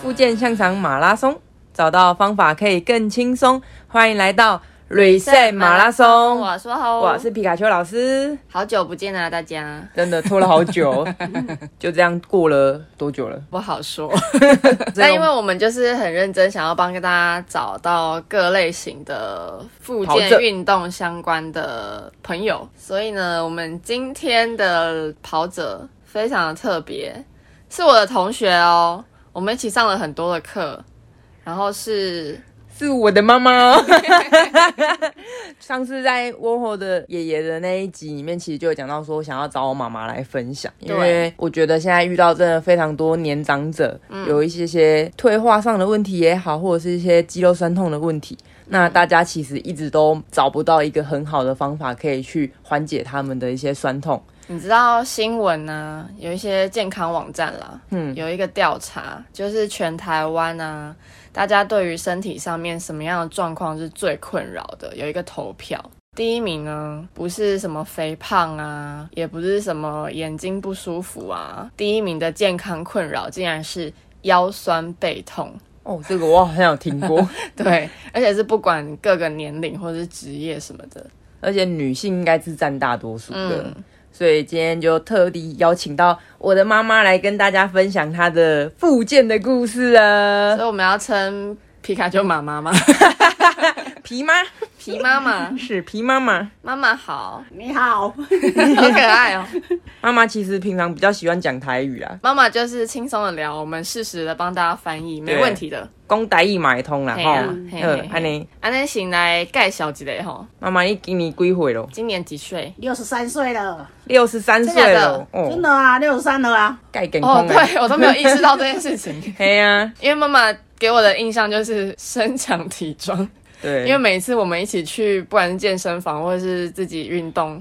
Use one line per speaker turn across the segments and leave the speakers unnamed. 复健香肠马拉松，找到方法可以更轻松。欢迎来到 Reset 马拉松，
哦我说好，
我是皮卡丘老师。
好久不见啊，大家，
真的拖了好久，哦 就这样过了多久了？
不好 说。但因为我们就是很认真，想要帮大家找到各类型的复
跑
健
者
运动相关的朋友，所以呢，我们今天的跑者非常的特别，是我的同学哦，我们一起上了很多的课，然后是
是我的妈妈哦。 上次在窝火的爷爷的那一集里面，其实就有讲到说，想要找我妈妈来分享，因为我觉得现在遇到真的非常多年长者，有一些些退化上的问题也好，或者是一些肌肉酸痛的问题。那大家其实一直都找不到一个很好的方法可以去缓解他们的一些酸痛。
你知道新闻呢、有一些健康网站啦，嗯，有一个调查，就是全台湾啊，大家对于身体上面什么样的状况是最困扰的，有一个投票。第一名呢，不是什么肥胖啊，也不是什么眼睛不舒服啊，第一名的健康困扰竟然是腰酸背 痛。
哦，这个我好像有听 过，
对，而且是不管各个年龄或者是职业什么的。
而且女性应该是占大多数的。
嗯，
所以今天就特地邀请到我的妈妈来跟大家分享她的复健的故事
所
啊，
以我们要称皮卡丘妈妈吗？
皮妈
皮妈妈。
是皮妈妈，
妈妈好，
你好，
好可爱哦。
妈妈其实平常比较喜欢讲台语啦，
妈妈就是轻松的聊，我们适时的帮大家翻译，没
对
问题的。
讲台语买通啦
嘿
吼
啊，嘿
呃
嘿，
安
嘿
尼，
安尼先来介绍一下吼，
妈妈你今年几岁咯？
今年几岁？
六十三岁了，
六十三岁了，
真
哦，
的啊，六十三了啊，
盖健
哦，
康啊，，
对我都没有意识到这件事情
嘿啊，
因为妈妈给我的印象就是身强体壮，
对，
因为每次我们一起去，不管是健身房或者是自己运动。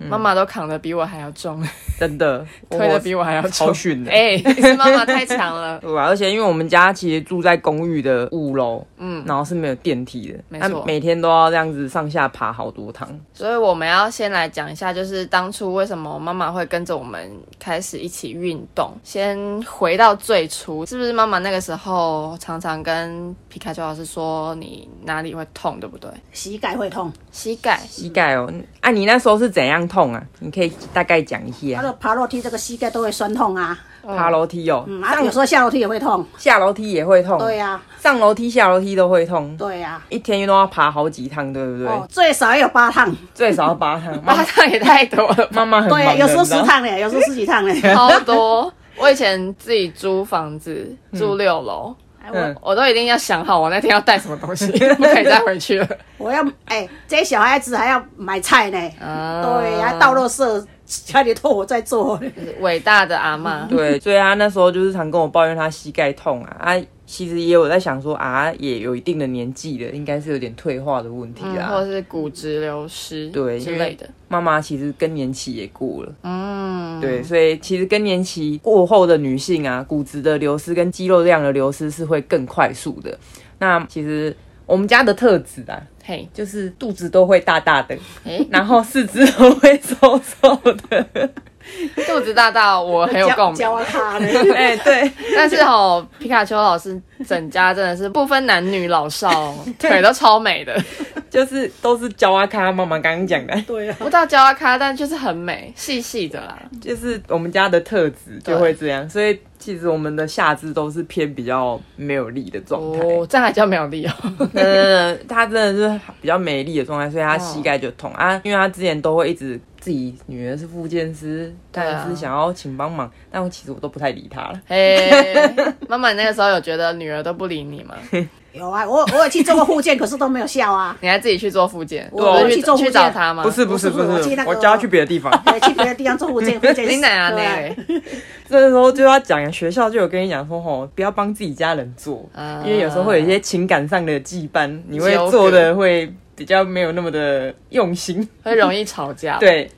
嗯
妈妈都扛得比我还要重，
真的
推得比我还要重
超。逊的。
哎、是妈妈太强了。
对啊，而且因为我们家其实住在公寓的五楼，嗯，然后是没有电梯的，
没错
那每天都要这样子上下爬好多趟，
所以我们要先来讲一下，就是当初为什么妈妈会跟着我们开始一起运动。先回到最初，是不是妈妈那个时候常常跟皮卡丘老师说你哪里会痛，对不对？
膝盖会痛，
膝盖。
膝盖哦，啊，你那时候是怎样痛啊？你可以大概讲一
他
下。
的爬楼梯这个膝盖都会酸痛啊，
爬楼梯哦，
嗯啊，有
上
时候下楼梯也会痛，
下楼梯也会痛，
对呀、啊，
上楼梯下楼梯都会痛，
对呀、
一天都要爬好几趟，对不对？
哦，最少也有八趟，
最少要八 趟。妈
八趟也太 多了吧，
妈妈很忙
对、
的，
啊，有时候
你
十
知道
趟嘞，有时候十几趟嘞，
超多。我以前自己租房子，住六楼，
哎
嗯
我
我都一定要想好我那天要带什么 东西，不可以再回去了。
我要哎，这些小孩子还要买菜呢，
啊
对，还倒垃圾，家里都我在做，
伟大的阿妈，
对，所以她那时候就是常跟我抱怨她膝盖痛啊，啊，其实也有在想说啊，也有一定的年纪了，应该是有点退化的问题
嗯，
啦。
或者是骨质流失，
对
之类的。
妈妈其实更年期也过了，
嗯，
对，所以其实更年期过后的女性啊，骨质的流失跟肌肉量的流失是会更快速的。那其实我们家的特质啊，
嘿，
就是肚子都会大大的，
诶
然后四肢都会瘦瘦的。
肚子大到我很有共鸣，
教他呢，
哎、对，
但是哦，皮卡丘老师整家真的是不分男女老少 哦，腿都超美的，
就是都是焦阿卡妈妈刚刚讲的，
对呀、啊，
不到焦阿咖，但就是很美，细细的啦。
嗯
就是我们家的特质就会这样，所以其实我们的下肢都是偏比较没有力的状态。
哦，这样还叫没有 力哦。
呃，他真的是比较美丽的状态，所以
哦
他膝盖就痛、啊，因为他之前都会一直自己女儿是复健师，
对啊
但是想要请帮忙，但我其实我都不太理他了。
嘿，妈妈，你那个时候有觉得女儿都不理你 吗？
有啊，我我有去做过复健，可是都没有效啊，
你还自己去做复健，
我
不是
去做
去
复健
找她吗？
不是不是
不
不
是
是，
我去那个
我叫他去别的地方。
对去别的地方做复健，复健
你奶奶
对啊
那 个，
这时候就要讲，学校就有跟你讲说，吼，不要帮自己家人做，
啊
因为有时候会有一些情感上的羁绊，你会
纠葛
做的会比较没有那么的用心。
会容易吵架。，
对，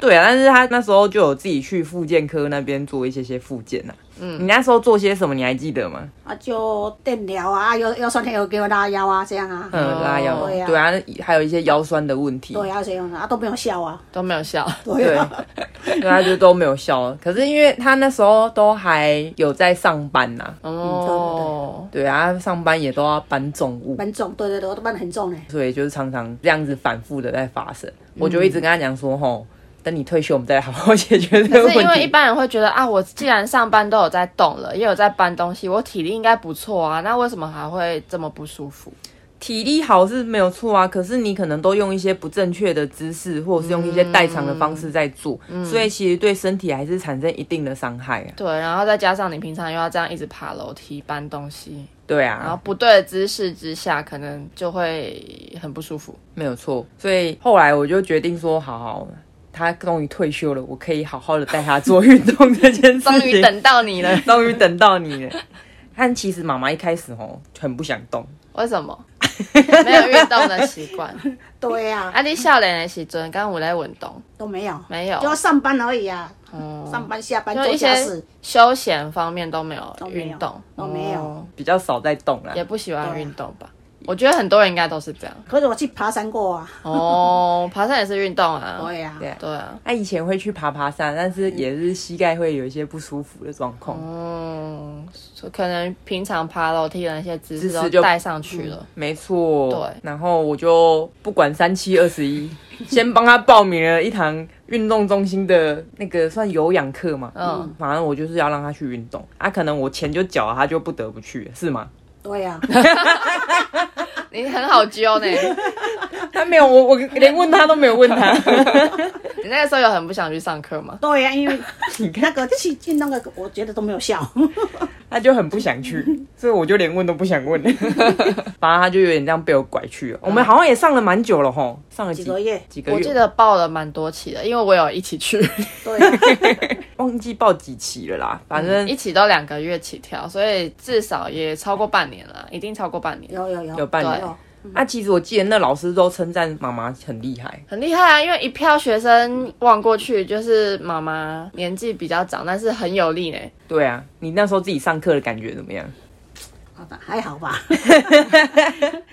对啊，但是他那时候就有自己去复健科那边做一些些复健啊，嗯，你那时候做些什么？你还记得吗？
啊，就电疗啊，腰腰酸痛有给我拉腰啊，这样啊，
嗯，拉腰，
对啊
对啊，还有一些腰酸的问题，
对啊，这样啊，啊都没有效啊，
都没有笑。
对啊，
对，对啊，就都没有笑。可是因为他那时候都还有在上班呐、
嗯
嗯
哦，
对啊，上班也都要搬重物，
蛮重，对对对，我都搬得很重呢。
所以就是常常这样子反复的在发生。我就一直跟他讲说，吼，等你退休，我们再好好解决这 个
可是因
问
为一
题。
般人会觉得啊，我既然上班都有在动了，也有在搬东西，我体力应该不错啊，那为什么还会这么不舒服？
体力好是没有错啊，可是你可能都用一些不正确的姿势，或者是用一些代偿的方式在做，
嗯
所以其实对身体还是产生一定的伤害啊。
对，然后再加上你平常又要这样一直爬楼梯搬东西，
对
然后
啊，
不对的姿势之下，可能就会很不舒服。
没有错。所以后来我就决定说，好好。他终于退休了，我可以好好的带他做运动这件事情。，
终于等到你了
终于等到你了。但其实妈妈一开始哦很不想动，
为什么？没有运动的习惯。
对啊，
啊，你笑脸的时阵，刚有在运动
都没有，
没有
就？要上班而已啊，
哦，
上班下班
就
做
一
家
些
事，
休闲方面都没有
都没有
运动，
都没有啊
哦
比较少在动啦
也。不喜欢运动吧？我觉得很多人应该都是这样。
可是我去爬山过啊，
哦，爬山也是运动啊。
对啊，
对
对啊。
她以前会去爬爬山，但是也是膝盖会有一些不舒服的状况，
哦嗯，所以可能平常爬楼梯的那些姿
姿
势
势
都
就
带上去了。
没错。
对
然后我就不管三七二十 一，先帮她报名了一堂运动中心的那个算有氧课嘛。嗯
嗯，
反正我就是要让她去运动啊，可能我钱就缴了，她就不得不去了，是吗？
对啊，
嗯
你很好 揪呢，
她没有，我我连问她都没有问她。
你那个时候有很不想去上课吗？
对啊，因为那个去运动那个，我觉得都没有效，
他就很不想去，所以我就连问都不想 问。反正他就有点这样被我拐去了。我们好像也上了蛮久了吼，上了
几个月
几个
嗯我
月，
记得报了蛮多期的，因为我有一起去，
对啊，
忘记报几期了啦。反正
一起都两个月起跳，所以至少也超过半年了，一定超过半年，
有有有
有半年
对。
啊，其实我记得那老师都称赞妈妈很厉害，
很厉害啊！因为一票学生望过去，就是妈妈年纪比较长，但是很有力呢。
对啊，你那时候自己上课的感觉怎么样？
好的，还好吧，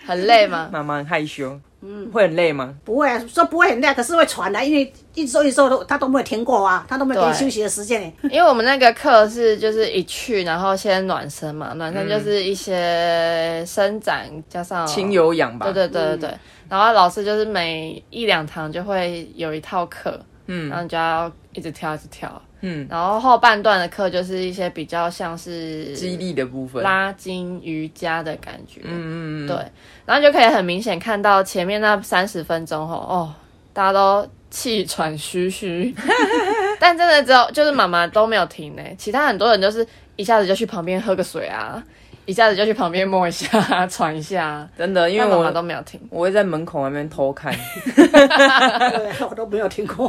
很累吗？
妈妈很害羞，嗯，会很累吗？
不会啊，说不会很累，可是会喘的、因为一周一周都他都没有停过啊，他都没有给你
对
休息的时间呢。
因为我们那个课是就是一去，然后先暖身嘛，暖
嗯
身就是一些伸展加上
轻有氧吧，
哦
嗯
对对对对对。然后老师就是每一两堂就会有一套课，嗯，然后你就要一直跳一直跳，
嗯
嗯。然后后半段的课就是一些比较像是
肌力的部分，
拉筋瑜伽的感觉，
嗯嗯嗯，
对。然后就可以很明显看到前面那三十分钟吼，哦，大家都气喘吁吁， 但真的只有就是妈妈都没有停呢，其他很多人就是一下子就去旁边喝个水啊，一下子就去旁边摸一下、 喘一下，
真的，因为
但妈妈
我
都没有停。
我会在门口那边偷看，
对啊，我都没有停过，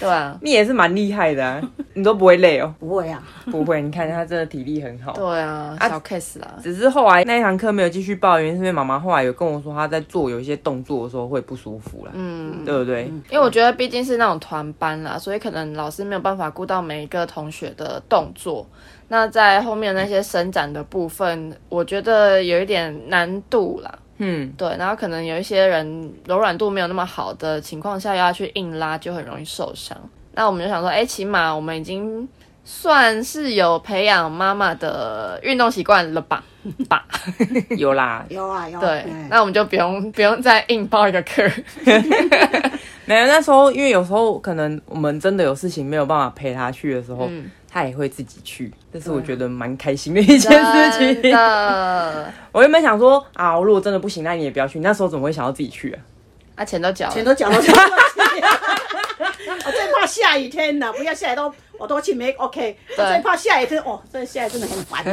对啊，
你也是蛮厉害的、啊，你都不会累 哦，
不会啊，，
不会，你看他真的体力很好，
对啊，
啊
小 case 啦。
只是后来那一堂课没有继续报，原因是因为妈妈后来有跟我说，她在做有一些动作的时候会不舒服啦，嗯，对不对？
因为我觉得毕竟是那种团班啦，所以可能老师没有办法顾到每一个同学的动作。那在后面那些伸展的部分，我觉得有一点难度啦。
嗯，
对，然后可能有一些人柔软度没有那么好的情况下，又要去硬拉，就很容易受伤。那我们就想说，哎，起码我们已经算是有培养妈妈的运动习惯了吧？吧，
有啦
有啊有啊。
对
嗯，
那我们就不用不用再硬报一个课。
没有那时候，因为有时候可能我们真的有事情没有办法陪她去的时候，
嗯
她也会自己去，这是我觉得蛮开心的一件事
真
情。
的。
我原本想说啊，如果真的不行，那你也不要去。那时候怎么会想要自己 去啊？
啊，钱都缴
钱
了，
都缴 了，我最怕下雨天了，不要下雨都我都去没 OK。我
对
最怕下雨天，哦，这下雨真的很烦。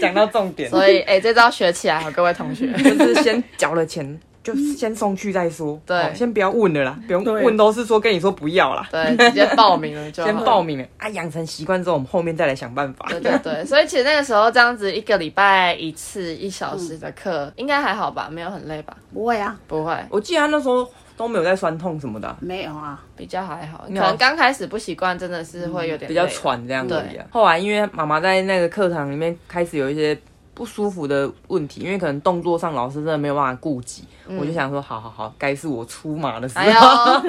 讲到重点，
所以哎、这招学起来好，各位 同学。
就是先缴了钱，就先送去再说。
对
哦先不要问了啦，不用
对
问，都是说跟你说不要啦。
对，直接报名了就好
先报。名了啊，养成习惯之后，我们后面再来想办法。
对对对，所以其实那个时候这样子一个礼拜一
嗯
次一小时的课，应该还好吧？没有很累吧？
不会啊，
不会，
我记得他那时候都没有在酸痛什么的啊、
没有啊，
比较还好，可
有嗯
能刚开始不习惯，真的是会有点
比较
累了。
喘这样子、
对
啊。后来因为妈妈在那个课堂里面开始有一些不舒服的问题，因为可能动作上老师真的没有办法顾及，我就想说，好好好，该是我出马的时候，
嗯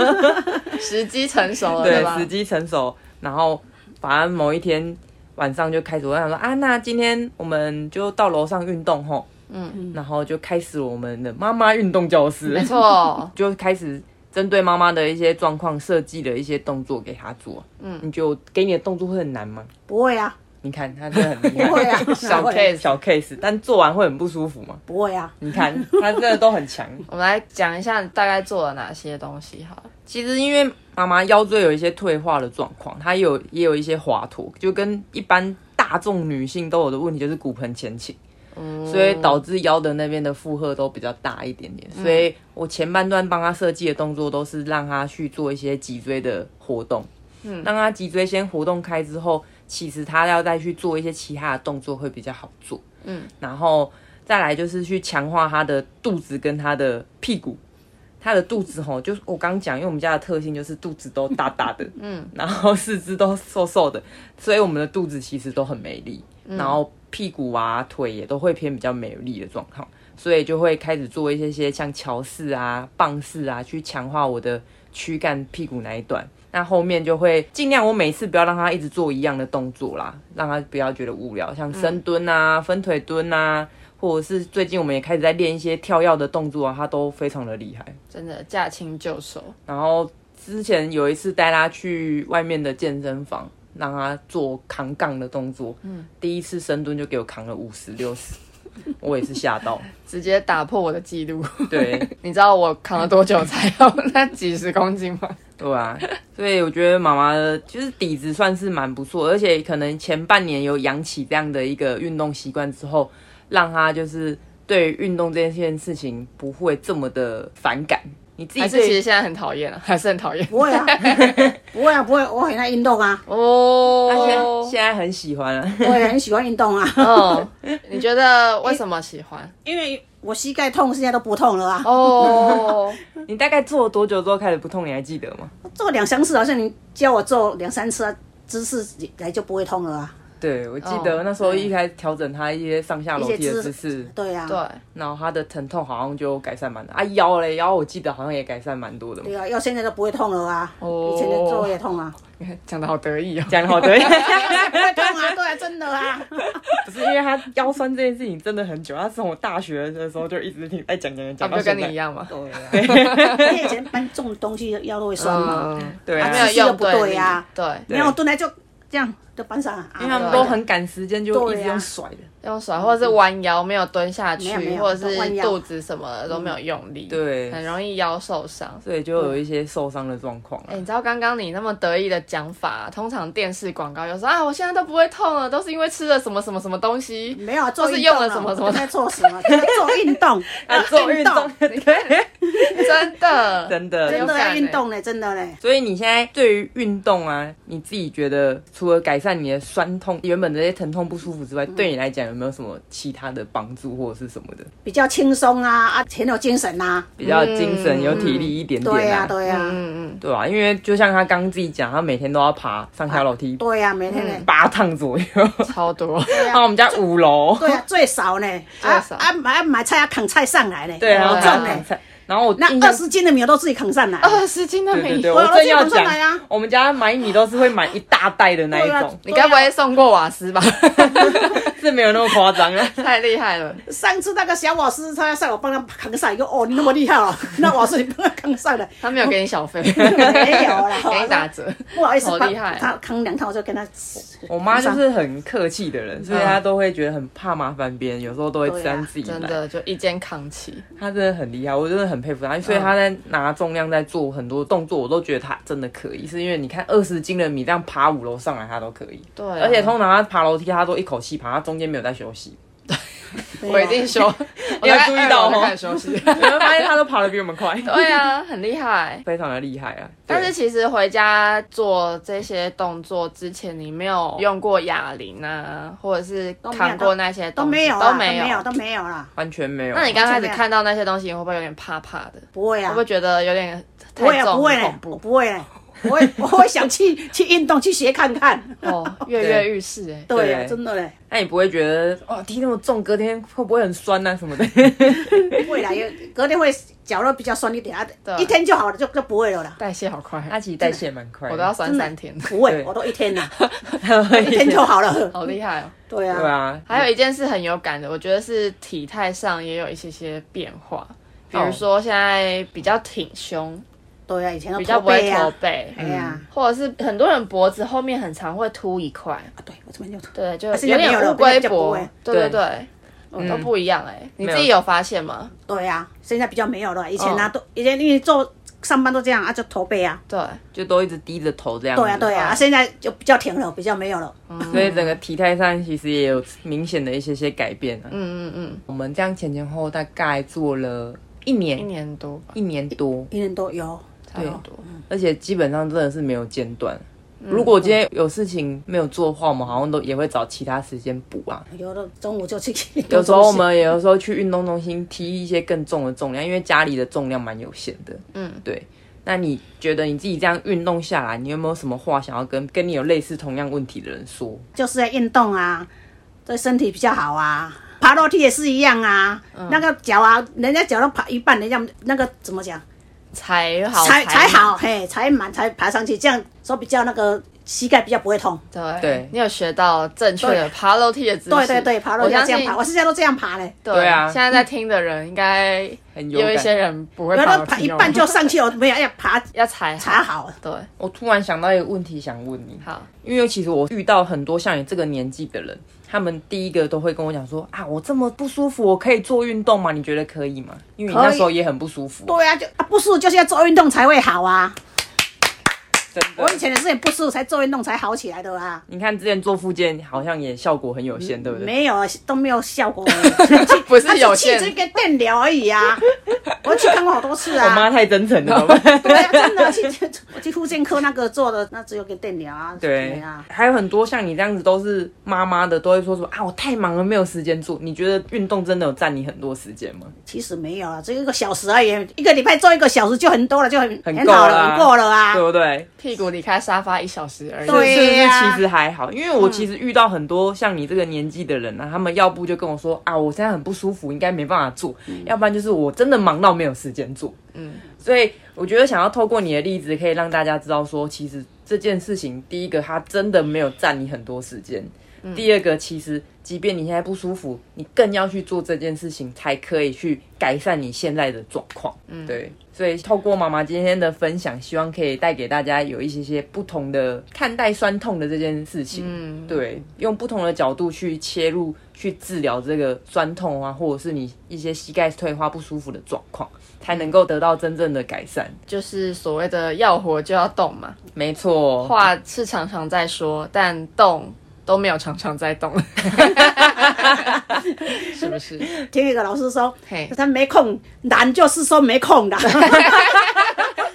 哎呦， 时机成熟了，
对，
吧
时？机成熟。然后反正某一天晚上就开始，我想说啊，那今天我们就到楼上运动吼，嗯，然后就开始我们的妈妈运动教室，
没错，
就开始针对妈妈的一些状况设计了一些动作给她做。嗯，你就给你的动作会很难吗？
不会啊，
你看她真的很厉
不会
害，
啊，
小
哪会
case
小 case，但做完会很不舒服吗？
不会啊，
嗯
你看她真的都很强。
我们来讲一下大概做了哪些东西好了。
其实因为妈妈腰椎有一些退化的状况，她也有也有一些滑脱，就跟一般大众女性都有的问题就是骨盆前倾。所以导致腰的那边的负荷都比较大一点点，所以我前半段帮她设计的动作都是让她去做一些脊椎的活动，嗯，让她脊椎先活动开之后，其实她要再去做一些其他的动作会比较好做，嗯，然后再来就是去强化她的肚子跟她的屁股，他的肚子吼，就是我刚讲，因为我们家的特性就是肚子都大大的，嗯，然后四肢都瘦瘦的，所以我们的肚子其实都很没力，然后屁股啊、腿也都会偏比较没有力的状况，所以就会开始做一些些像桥式啊、棒式啊，去强化我的躯干、屁股那一段。那后面就会尽量，我每次不要让他一直做一样的动作啦，让他不要觉得无聊，像深蹲啊、分腿蹲啊，或者是最近我们也开始在练一些跳跃的动作啊，他都非常的厉害。
嗯真的驾轻就熟，
然后之前有一次带他去外面的健身房，让他做扛杠的动作。嗯，第一次深蹲就给我扛了五十六 十，我也是吓到。
直接打破我的记录。
对
你知道我扛了多久才有那几十公斤吗？
对啊，所以我觉得妈妈的就是底子算是蛮不错，而且可能前半年有养起这样的一个运动习惯之后，让他就是对于运动这件事情不会这么的反感。你自己
还是
对
其实现在很讨厌啊，还是很讨厌
不会啊，不会啊，不会，我很爱运动啊，
他现在
哦。
现在很喜欢啊。
我也很喜欢运 动啊，
嗯，你觉得为什么喜欢？
因为我膝盖痛，现在都不痛了啊。
哦，
你大概做了多久之后开始不痛？你还记得吗？
做两三次，好像你教我做两三次、啊，姿势来就不会痛了啊。
对，我记
哦
得那时候一开始调整他一些上下楼梯的姿势，
对啊，
对，
然后他的疼痛好像就改善蛮多啊，腰嘞腰我记得好像也改善蛮多的嘛，
对啊，要现在都不会痛了啊。
哦
以前的做也痛啊，
讲的好得意哦。
讲的好对，
不会痛啊，对啊，真的啊。
不是因为他腰酸这件事情真的很久，他从我大学的时候就一直听哎讲讲讲
那
讲到
不哦就
现
跟
在
你一，样吗？
对啊，因为以前搬重的东西腰都会酸嘛，
嗯，
对啊
没有
姿势又
用
不对啊
力对，
对
然后我蹲来就这样就搬上啊。
因为他们都很赶时间，就一直用甩的，
用手或者是弯腰没有蹲下去
没有没，有
或者
都弯
是
腰嗯
肚子什么的都没有用力，
对
很容易腰受伤。
所以就有一些受伤的状况
哎、
啊。
你知道刚刚你那么得意的讲法、通常电视广告有说啊，我现在都不会痛了，都是因为吃了什么什么什么东 西。
没有啊，
都
做
是
运动
用了
啊
什么呃什么
我在做什么？在做运 哎动，
啊，做运动， 对，
真的，
真的
真的要运
欸。
动嘞，真的嘞。
所以你现在对于运动啊，你自己觉得除了改善你的酸痛、原本的这些疼痛不舒服之
嗯
外，对你来讲有没有什么其他的帮助或者是什么的？
比较轻松啊，啊，很有精神呐、
比较精神、有体力一点点、啊
对呀、对呀、
嗯嗯，
对啊因为就像他刚自己讲，他每天都要爬上下楼梯、
对呀、啊每天呢，
八趟左 右，
超多。
然后我们家五楼，
对呀、最少呢，啊
少
啊买啊买菜要扛菜上来呢，
对，然后
好
啊
重
扛
呢，
菜，然后我
那
印
二
象。
十斤的米都自己 扛上来，
二十斤的
对
米
对，对，
我
我
要
正要
自己
讲
扛上来啊，
我们家买米都是会买一大袋的那一
对啊
种，
你该不
对
会
啊
送过瓦斯吧？
是没有那么夸张啊。
太厉害了，
上次那个小瓦斯他上，我帮他扛上来，就哦，你那么厉害哦， 那瓦斯你帮他扛上来，
他没有给你小费，
没有啦，
给你打折。
不好意思，
好
帮
厉害
他扛两趟我就跟他，
我妈就是很客气的人，所以她都会觉得很怕麻烦别人，有时候都会
对啊
沾自己
嗯真
来。
的就一肩扛起，
她真的很厉害，我真的很佩服
嗯
她。所以她在拿重量在做很多动作，我都觉得她真的可以，是因为你看二十斤的米这样爬五楼上来，她都可以。
对啊
而且通常她爬楼梯，她都一口气爬，她中间没有在休息。
我
啊
一定休。我
要
大概
注意
二
到
楼就
哦
开始休息。
你会发现他都跑得比我们快，
对啊，很厉害。
非常的厉害啊。
但
对
是其实回家做这些动作之前，你没有用过哑铃啊，或者是
没有
扛过那些
都
东西
没有啦，
都
都
没
没有，都没有啦，
完全没有。
那你刚开始
就这样
看到那些东西，你会不会有点怕怕的？
不会
会
啊
不，会觉得有点
不会
太
啊，
重、
不会
很
嘞
恐，
我
怖？
不会嘞，我会 我会想去去运动去学看看。
哦，跃跃欲试哎。
对啊，
对
真的嘞，
那你不会觉得哦，踢那么重，隔天会不会很酸啊什么的？
会啦，有隔天会脚肉比较酸一点
对
啊，一天就好了，就就不会了啦。
代谢好快，
他其实代谢蛮快的，
我都要酸
啊真的
三 天，
不会
对，
我都 一天啦，
要
一天就好了。
好厉害哦！
对
对
啊，
啊，
还有一件事很有感的，我觉得是体态上也有一些些变化，比如
哦
说现在比较挺胸，
对啊，以前都
比较
驼
不会
背啊
驼，背，嗯
哎呀，
或者是很多人脖子后面很常会凸一块，
啊，对我这边就
对，就
还是因
有
为没有
点
了
乌龟
比较不
脖
会，
对对对，嗯都不一样哎，你自己有发现吗？
对啊，现在比较没有
哦
了，以前啊都以前因为做上班都这样啊，就驼背啊，
对，
就都一直低着头这样子。
嗯
对啊对啊，
哦
啊现在就比较停了，比较没有了。
所以整个体态上其实也有明显的一些些改变啊。
嗯嗯嗯，
我们这样前前后后大概做了一年，
一年多吧，
一年多，
一年多有，
差不多。
而且基本上真的是没有间断。
嗯
如果今天有事情没有做的话，我们好像都也会找其他时间补啊。
有的中午就去。
有时候我们也有时候去运动中心提一些更重的重量，因为家里的重量蛮有限的。
嗯，
对。那你觉得你自己这样运动下来，你有没有什么话想要跟跟你有类似同样问题的人说？
就是在运动啊，对身体比较好啊。爬楼梯也是一样啊，那个脚啊，人家脚都爬一半，人家那个怎么讲，
才好
才才
满
好，嘿，才满才爬上去，这样手比较那个膝盖比较不会痛。
对，
对
你有学到正确的爬楼梯的姿势。
对对对，爬楼
我
梯要
相
这样
信
爬，我现在都这样爬嘞，
对
对啊
现在在听的人应该
很有
有一
感
些人不会
有
爬
的
楼
爬
梯
一
哦
半就上去，我没有要爬
要踩
爬。好，
对，
我突然想到一个问题想问你，
好，
因为其实我遇到很多像你这个年纪的人，他们第一个都会跟我讲说啊，我这么不舒服，我可以做运动吗？你觉得可以吗？因为你
可以
那时候也很不舒服，
对啊，就啊不舒服就是要做运动才会好啊。
真
我以
的。
前也是很不舒服才做运动才好起来的啊。
你看之前做复健好像也效果很有限，对不对？
嗯没有都没有效果， 去
不是有
去
限
这个电疗而已啊。我去看过好多次
我
啊，
妈太真 诚了。
对啊，真的去去我去妇健科那个做的，那只有给电疗啊，
对
啊，，
还有很多像你这样子都是妈妈的，都会说什么啊，我太忙了，没有时间做。你觉得运动真的有占你很多时间吗？
其实没有啊，只有一个小时而已，一个礼拜做一个小时就很多了，就很
很
很
够
好
了
了，
啊
很够了啊
对。不对？
屁股离开沙发一小时而已。
对
是不是
呀
其实还好，因为我其实遇到很多像你这个年纪的人啊，他们要不就跟我说啊，我现在很不舒服，应该没办法做；
嗯
要不然就是我真的忙到没有时间做。嗯，所以我觉得想要透过你的例子，可以让大家知道说，其实这件事情，第一个它真的没有占你很多时间。
嗯
第二个，其实即便你现在不舒服，你更要去做这件事情，才可以去改善你现在的状况。嗯，对，所以透过妈妈今天的分享，希望可以带给大家有一些些不同的看待酸痛的这件事情。
嗯，
对，用不同的角度去切入，去治疗这个酸痛啊，或者是你一些膝盖退化不舒服的状况，才能够得到真正的改善。
就是所谓的要活就要动嘛，
没错，
话是常常在说，但动都没有常常在 动，是不是？
听一个老师说
嘿，
他没空，懒就是说没 空的，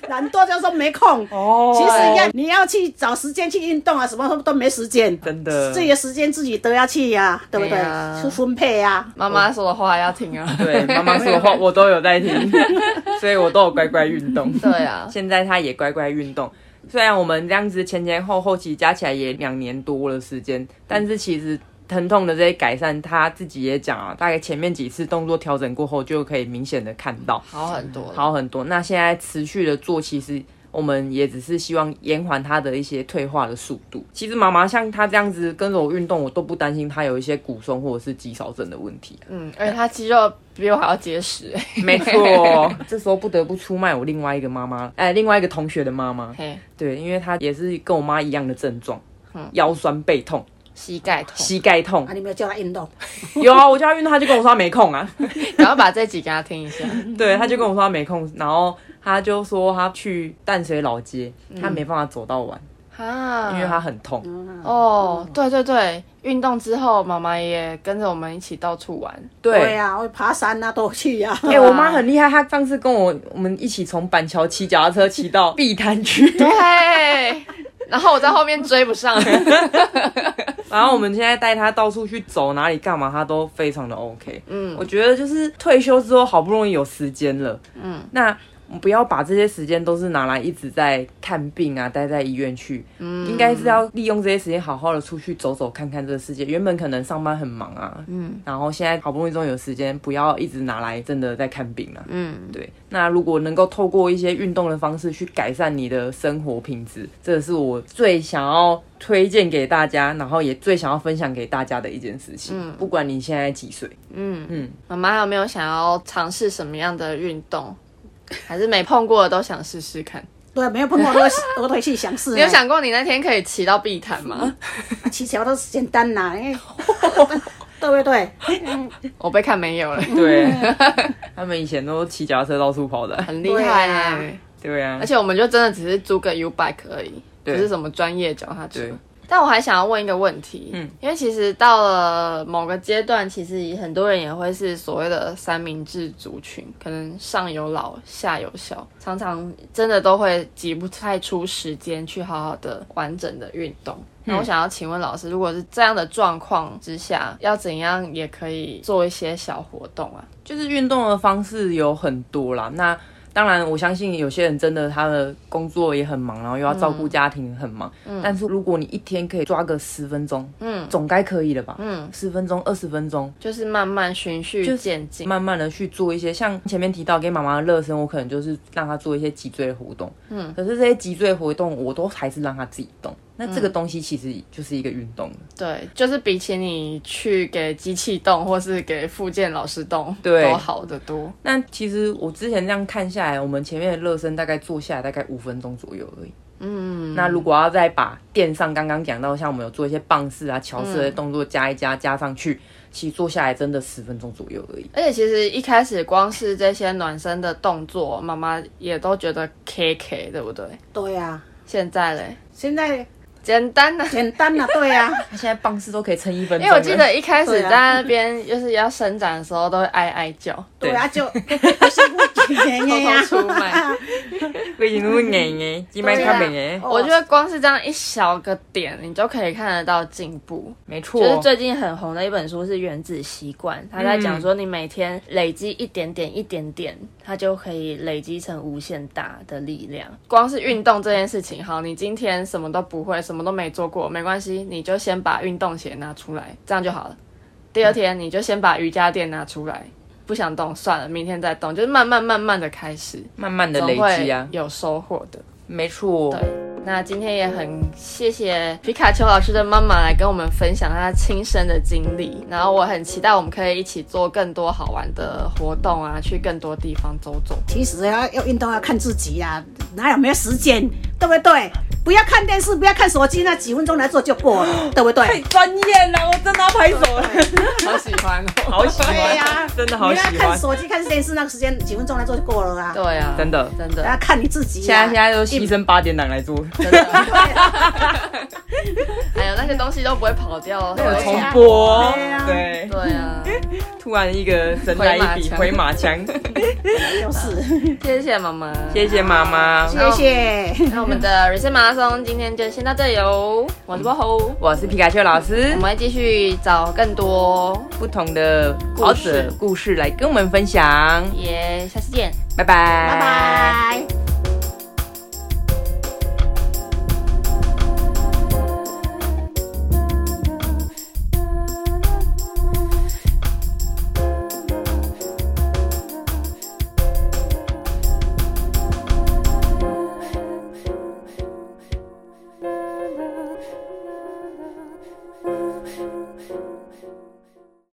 懒惰就是说没空。
哦
其实要你要去找时间去运动啊，什么都没时间。
真的
自己的时间自己都要去呀、对不对？
对啊
去分配呀、
妈妈说的话要听啊。
对妈妈说的话，我都有在听， 所以我都有乖乖运动。
对啊，
现在他也乖乖运动。虽然我们这样子前前后后其实加起来也两年多的时间，但是其实疼痛的这些改善，他自己也讲啊，大概前面几次动作调整过后，就可以明显的看到
好很多了。
好很多。那现在持续的做，其实我们也只是希望延缓他的一些退化的速度。其实妈妈像他这样子跟着我运动，我都不担心他有一些骨松或者是肌少症的问题啊、
嗯，而且他肌肉比我还要结实、
没错，这时候不得不出卖我另外一个妈妈，哎，另外一个同学的妈妈。
嘿，
对，因为她也是跟我妈一样的症状，腰酸背痛、
膝盖痛，
膝盖痛
啊，。你没有叫他运动，
有啊，我叫她运动，她就跟我说她没空啊。
然后把这集给他听一 下。
对，她就跟我说她没空，然后她就说她去淡水老街，她没办法走到晚，
啊，
因为她很痛。
哦，对对对，运动之后，妈妈也跟着我们一起到处玩。
对
对。
呀、我爬山啊都去呀、
哎、我妈很厉害，她上次跟我我们一起从板桥骑脚踏车骑到碧潭区，
对，然后我在后面追不上。
然后我们现在带她到处去走，哪里干嘛她都非常的 OK。嗯，我觉得就是退休之后好不容易有时间了，嗯，那不要把这些时间都是拿来一直在看病啊，待在医院去，嗯，应该是要利用这些时间好好的出去走走看看这个世界。原本可能上班很忙啊，嗯，然后现在好不容易终于有时间，不要一直拿来真的在看病了、啊，
嗯，
对，那如果能够透过一些运动的方式去改善你的生活品质，这是我最想要推荐给大家，然后也最想要分享给大家的一件事情。不管你现在几 岁，
嗯妈妈有没有想要尝试什么样的运动？还是没碰过的都想试试看。
对，啊没有碰过我都我都去想试、
你有想过你那天可以骑到碧潭吗？
啊骑桥都是简单啦、因为对不对？
我被看没有了，
对，他们以前都骑脚踏车到处跑的，
很厉害
对啊
欸
对啊
而，且我们就真的只是租个 U bike 而已，不
对
是什么专业脚踏车
对。
但我还想要问一个问题，
嗯
因为其实到了某个阶段，其实很多人也会是所谓的三明治族群，可能上有老下有小，常常真的都会挤不太出时间去好好的完整的运动。
嗯
那我想要请问老师，如果是这样的状况之下，要怎样也可以做一些小活动啊？
就是运动的方式有很多啦。那当然，我相信有些人真的他的工作也很忙，然后又要照顾家庭很忙。但是如果你一天可以抓个十分钟，
嗯
总该可以了吧？
嗯，
十分钟、二十分钟，
就是慢慢循序
就
渐进。
慢慢的去做一些，像前面提到给妈妈的热身，我可能就是让她做一些脊椎的活动，嗯，可是这些脊椎活动我都还是让她自己动，那这个东西其实就是一个运动了，
对，就是比起你去给机器动或是给复健老师动，
对
都好得多。
那其实我之前这样看下来，我们前面的热身大概做下来大概五分钟左右而已。嗯，那如果要再把垫上刚刚讲到，像我们有做一些棒式啊、桥式的动作加一加、加上去，其实做下来真的十分钟左右而已。
而且其实一开始光是这些暖身的动作，妈妈也都觉得 K K，对不对？
对呀、
现在嘞，
现在
简单的、
简单啦、对呀、
他现在棒式都可以撑一 分
因
钟
为
了，
我记得一开始
对
在
啊
那边就是要伸展的时候都会哀哀叫，
对啊，就不是不简单哎呀
偷偷。出卖。
我已经都眼眼，今麦看美眼，
哦
我觉得光是这样一小个点，你就可以看得到进步。
没错，
就是最近很红的一本书是《原子习惯》，他在
嗯
讲说你每天累积一点点一点点，它就可以累积成无限大的力量。光是运动这件事情，好，你今天什么都不会，什么都没做过，没关系，你就先把运动鞋拿出来，这样就好了。第二天你就先把瑜伽垫拿出来，不想动算了，明天再动，就是慢慢慢慢的开始，
慢慢的
总
累积
会
啊，
有收获的。
没错
对，那今天也很谢谢皮卡丘老师的妈妈来跟我们分享她亲身的经历，然后我很期待我们可以一起做更多好玩的活动啊，去更多地方走走。
其实啊要要运动要看自己呀、哪有没有时间，对不对？不要看电视，不要看手机，那几分钟来做就过了，对不
太
对？
专业了，我真的要拍手了，
好喜欢哦！
好喜
对呀、
欢，真的好
你
喜
要看
欢，
手机、啊看电视，那个时间几分钟来做就过了啊。
对啊，
真的
真的
要看你自己、啊
现在
呀。
现在都牺牲八点档来做。
真的，哎呀，那些东西都不会跑掉，
没有
对啊
重
重播
对，啊
对，
对啊，
突然一个神来一笔
回
回马枪，
就是，
谢谢妈妈，
谢谢妈妈，
谢谢，
那我们的 Reset 马拉松今天就先到这里哦，我是波猴。
我是皮卡丘老师
我，们会继续找更多
不同的跑者故事来跟我们分享，
耶下次见。
拜拜，拜
拜拜。